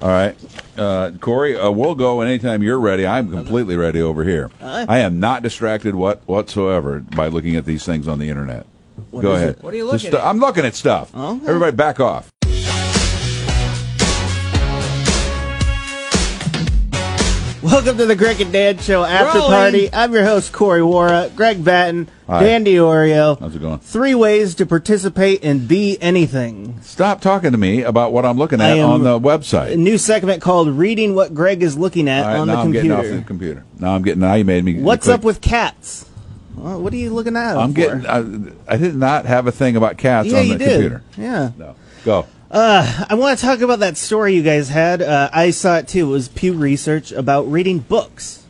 All right. Uh, Corey, uh, we'll go anytime you're ready. I'm completely ready over here. I am not distracted what, whatsoever by looking at these things on the internet. go is ahead. it? What are you The looking stu- at? I'm looking at stuff. Okay. Everybody, back off. Welcome to the Greg and Dan Show After Rolling. Party. I'm your host, Corey Wara, Greg Batten, Hi. Dan DiOrio. How's it going? Three ways to participate in Be Anything. Stop talking to me about what I'm looking at I am- on the A website. new segment called Reading What Greg is Looking At All right, on now the I'm getting off Computer. the computer. Now I'm getting. Now you made me. What's click. up with cats? Well, what are you looking at? I'm for? getting. I, I did not have a thing about cats yeah, on the you did. computer. Yeah. No. Go. I want to talk about that story you guys had. Uh, I saw it too. It was Pew Research about reading books.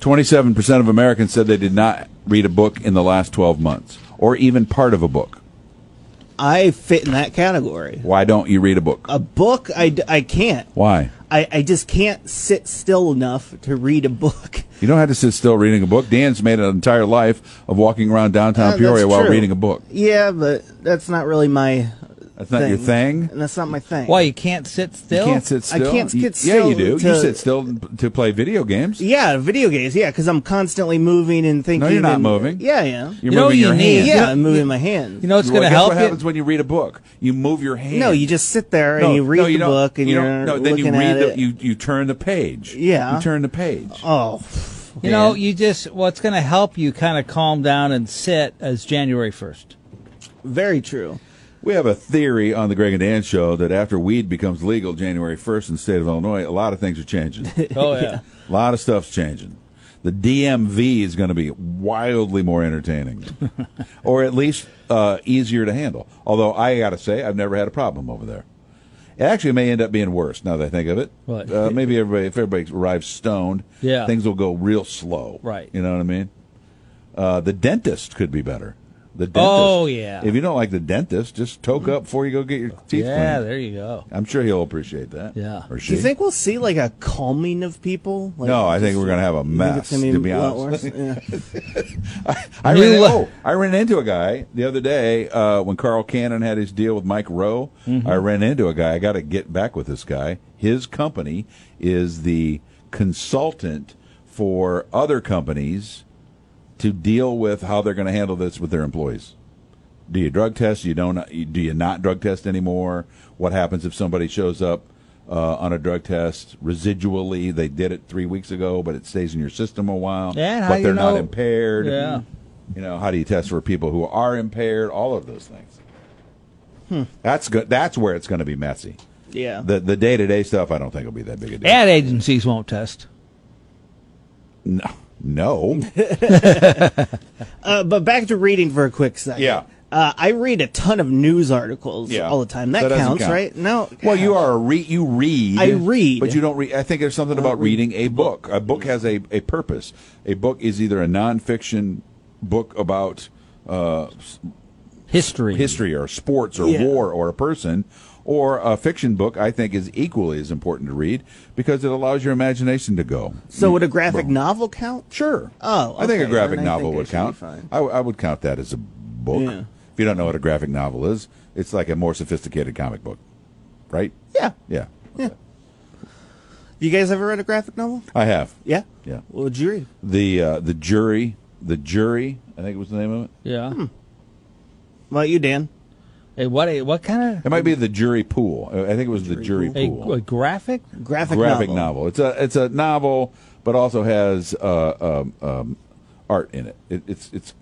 Twenty-seven percent of Americans said they did not read a book in the last twelve months, or even part of a book. I fit in that category. Why don't you read a book? A book, I, d- I can't. Why? I, I just can't sit still enough to read a book. You don't have to sit still reading a book. Dan's made an entire life of walking around downtown Uh, Peoria that's while true. reading a book. Yeah, but that's not really my. That's not your thing. And that's not my thing. Why you can't sit You still? can't sit I still. can't You- sit Yeah, you still do. you to- sit still to play video games. Yeah, video games. Yeah, because I'm constantly moving and thinking. not and- moving. Yeah, yeah. You're You know moving you your need- hand. yeah, You know- I'm moving my hands. You know what's Well, going to guess help what happens you? when you read a book? You move your hand. no, you just sit there and you read no, the don't- book and you you don't- are no, then you looking read at the, it. You you turn the page. Yeah. you turn the page. oh, You know, you just what's going to help you kind of calm down and sit is January first. very true. We have a theory on the Greg and Dan show that after weed becomes legal January first in the state of Illinois, a lot of things are changing. a Oh yeah. lot of stuff's changing. The DMV is going to be wildly more entertaining, or at least uh, easier to handle. Although I got to say, I've never had a problem over there. It actually may end up being worse now that I think of it. Right. Uh, maybe everybody, if everybody arrives stoned, Yeah. things will go real slow. Right. You know what I mean? Uh, the dentist could be better. The dentist. Oh, yeah. Mm. If you don't like the dentist, just toke up before you go get your teeth Yeah, cleaned. there you go. I'm sure he'll appreciate that. Yeah. Or she. Do you think we'll see like a calming of people? Like, No, I think just- we're going to have a you think mess. it's gonna be to be a lot honest, worse? Yeah. I New ran, le- oh, I ran into a guy the other day uh, when Carl Cannon had his deal with Mike Rowe. I ran into a guy. I got to get back with this guy. His company is the consultant for other companies to deal with how they're going to handle this with their employees. Do you drug test? You don't. you- Do you not drug test anymore? What happens if somebody shows up uh, on a drug test residually? They did it three weeks ago, but it stays in your system a while. Yeah, and how but do they're you not know- impaired. Yeah. You know, how do you test for people who are impaired? All of those things. Hmm. That's good. That's where it's going to be messy. yeah. The the day to day stuff, I don't think will be that big a deal. Ad agencies won't test. no, no. Uh, but back to reading for a quick second. Yeah. Uh, I read a ton of news articles Yeah. all the time. That, doesn't counts, count. right? No. Well, you are a re- you read. I read. but you don't read. I think there's something about reading a book. A book has a, a purpose. A book is either a nonfiction book about uh, s- History. history or sports or Yeah. war or a person, or a fiction book. I think is equally as important to read because it allows your imagination to go. So would a graphic novel count? Sure. Oh, I think a okay, graphic then I novel think I would should be count. fine. I, w- I would count that as a book. Yeah. If you don't know what a graphic novel is, it's like a more sophisticated comic book, right? Yeah. Yeah. You guys ever read a graphic novel? I have. Yeah. Yeah. What would you read? The uh, the jury, the jury, I think was the name of it. Yeah. What about you, Dan? Hey, what? A, what kind It might be the jury pool. Uh, I think it was the jury of a, pool. a graphic? Graphic, graphic novel. novel. It's a it's a novel, but also has uh, um, um, art in it. it. It's it's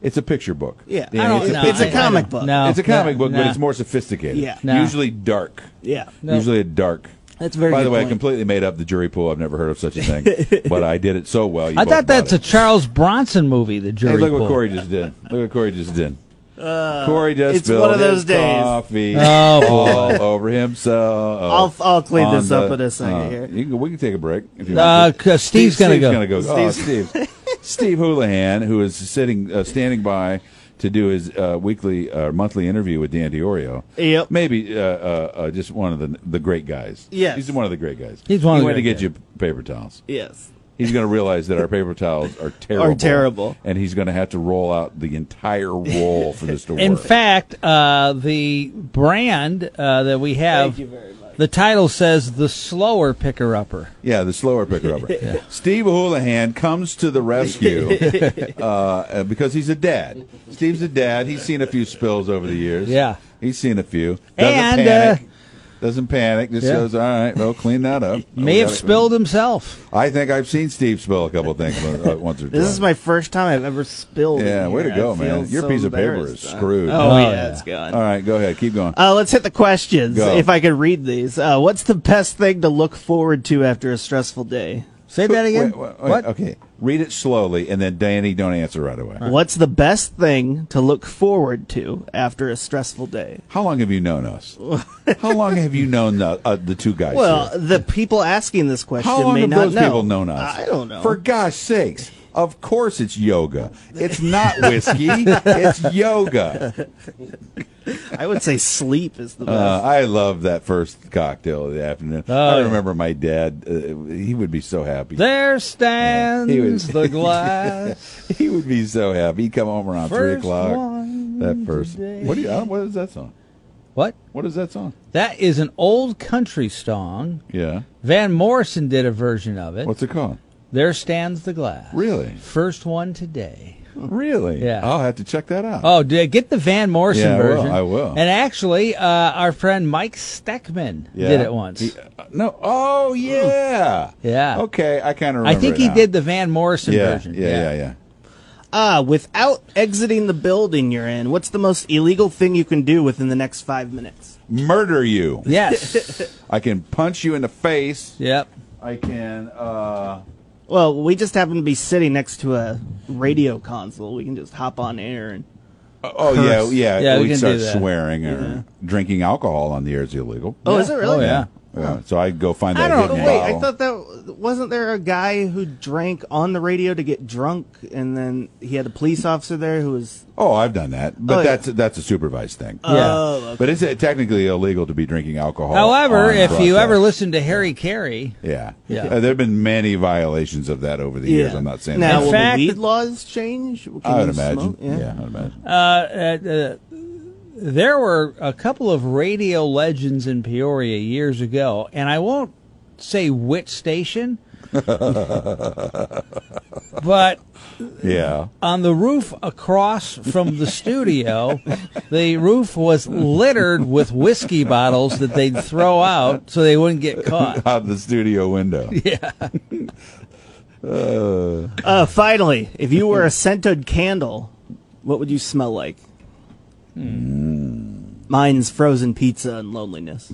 it's a picture book. Yeah. Dan, I don't it's, know. A, It's a I- I comic don't- book. No, it's a comic no, book, but no. it's more sophisticated. Yeah. No. Usually dark. Yeah. No. Usually a dark. That's a very By good the way, I point. completely made up the jury pool. I've never heard of such a thing, but I did it so well. You I both bought thought that's it. a Charles Bronson movie. The jury. Hey, look pool. what Corey just did. Look what Corey just did. Corey just Uh, it's one of spilled those his days. coffee Oh, boy. all over himself. I'll- I'll clean On this up in a second uh, here. You can, we can take a break. If you Uh, want to. 'cause Steve's gonna go. Steve's gonna go. Oh, Steve. Steve Houlihan, who is sitting, uh, standing by to do his uh, weekly, uh, monthly interview with Dan DiOrio. Yep. Maybe uh, uh, uh, just one of the the great guys. Yes. He's one of the great guys. He's one he of the went to great get you paper towels Yes. he's going to realize that our paper towels are terrible. terrible. And he's going to have to roll out the entire roll for this to work. In fact, uh, the brand uh, that we have Thank you very much. The title says The Slower Picker Upper. Yeah, the slower picker upper. Steve Houlihan comes to the rescue uh, uh, because he's a dad. Steve's a dad. He's seen a few spills over the years. Yeah. He's seen a few. Doesn't And, panic. uh, doesn't panic. Just Yeah. goes, all right, well, clean that up. May We have gotta- spilled himself. I think I've seen Steve spill a couple of things uh, once or twice. This is my first time I've ever spilled. in Yeah, way here. to go, I man. feel Your so piece of paper is embarrassed. screwed. Oh, Oh, yeah, yeah. it's gone. All right, go ahead. Keep going. Uh, let's hit the questions. Go. If I could read these, uh, what's the best thing to look forward to after a stressful day? Say that again. Wait, wait, wait, what? Okay, read it slowly, and then Danny, don't answer right away. Uh. What's the best thing to look forward to after a stressful day? How long have you known us? How long have you known the, uh, the two guys? Well, here? the people asking this question how long may have not those know. people known us? I don't know. For gosh sakes. Of course, it's yoga. It's not whiskey. it's yoga. I would say sleep is the best. Uh, I love that first cocktail of the afternoon. Oh, I remember my dad. Uh, he would be so happy. There stands He was- the glass. He would be so happy. He'd come home around three First o'clock. one that first. today. What do you? I don't- What is that song? What? What is that song? That is an old country song. Yeah. Van Morrison did a version of it. What's it called? There stands the glass. Really? First one today. Really? Yeah. I'll have to check that out. Oh, did I get the Van Morrison Yeah, I will, version? I will. And actually, uh, our friend Mike Steckman Yeah. did it once. He- uh, no. Oh yeah. Yeah. Okay. I kind of I remember. think it he now. did the Van Morrison Yeah, version. yeah. Yeah. Yeah. Ah, without exiting the building you're in, what's the most illegal thing you can do within the next five minutes? Murder you. Yes. I can punch you in the face. yep. I can. uh Well, we just happen to be sitting next to a radio console. We can just hop on air and. Oh Curse. yeah, yeah. Yeah, we We'd can start do that. swearing or drinking alcohol on the air is illegal. Oh, is it really? Oh, yeah. Yeah, So I go find I that don't. hidden Wait, I bottle. thought that wasn't there a guy who drank on the radio to get drunk, and then he had a police officer there who was. Oh, I've done that, but Oh, yeah. that's that's a supervised thing. Yeah. Oh, okay. But it's uh, technically illegal to be drinking alcohol. However, Oh, on if you broadcast. ever listen to Harry Carey, yeah, Yeah. Uh, there have been many violations of that over the years. Yeah. I'm not saying Now, that. will fact- the weed laws change? Can I would you imagine. smoke? Yeah. I'd imagine. uh, uh, uh, there were a couple of radio legends in Peoria years ago, and I won't say which station, but yeah, on the roof across from the studio, the roof was littered with whiskey bottles that they'd throw out so they wouldn't get caught. out the studio window. Uh, finally, if you were a scented candle, what would you smell like? Hmm. Mine's frozen pizza and loneliness.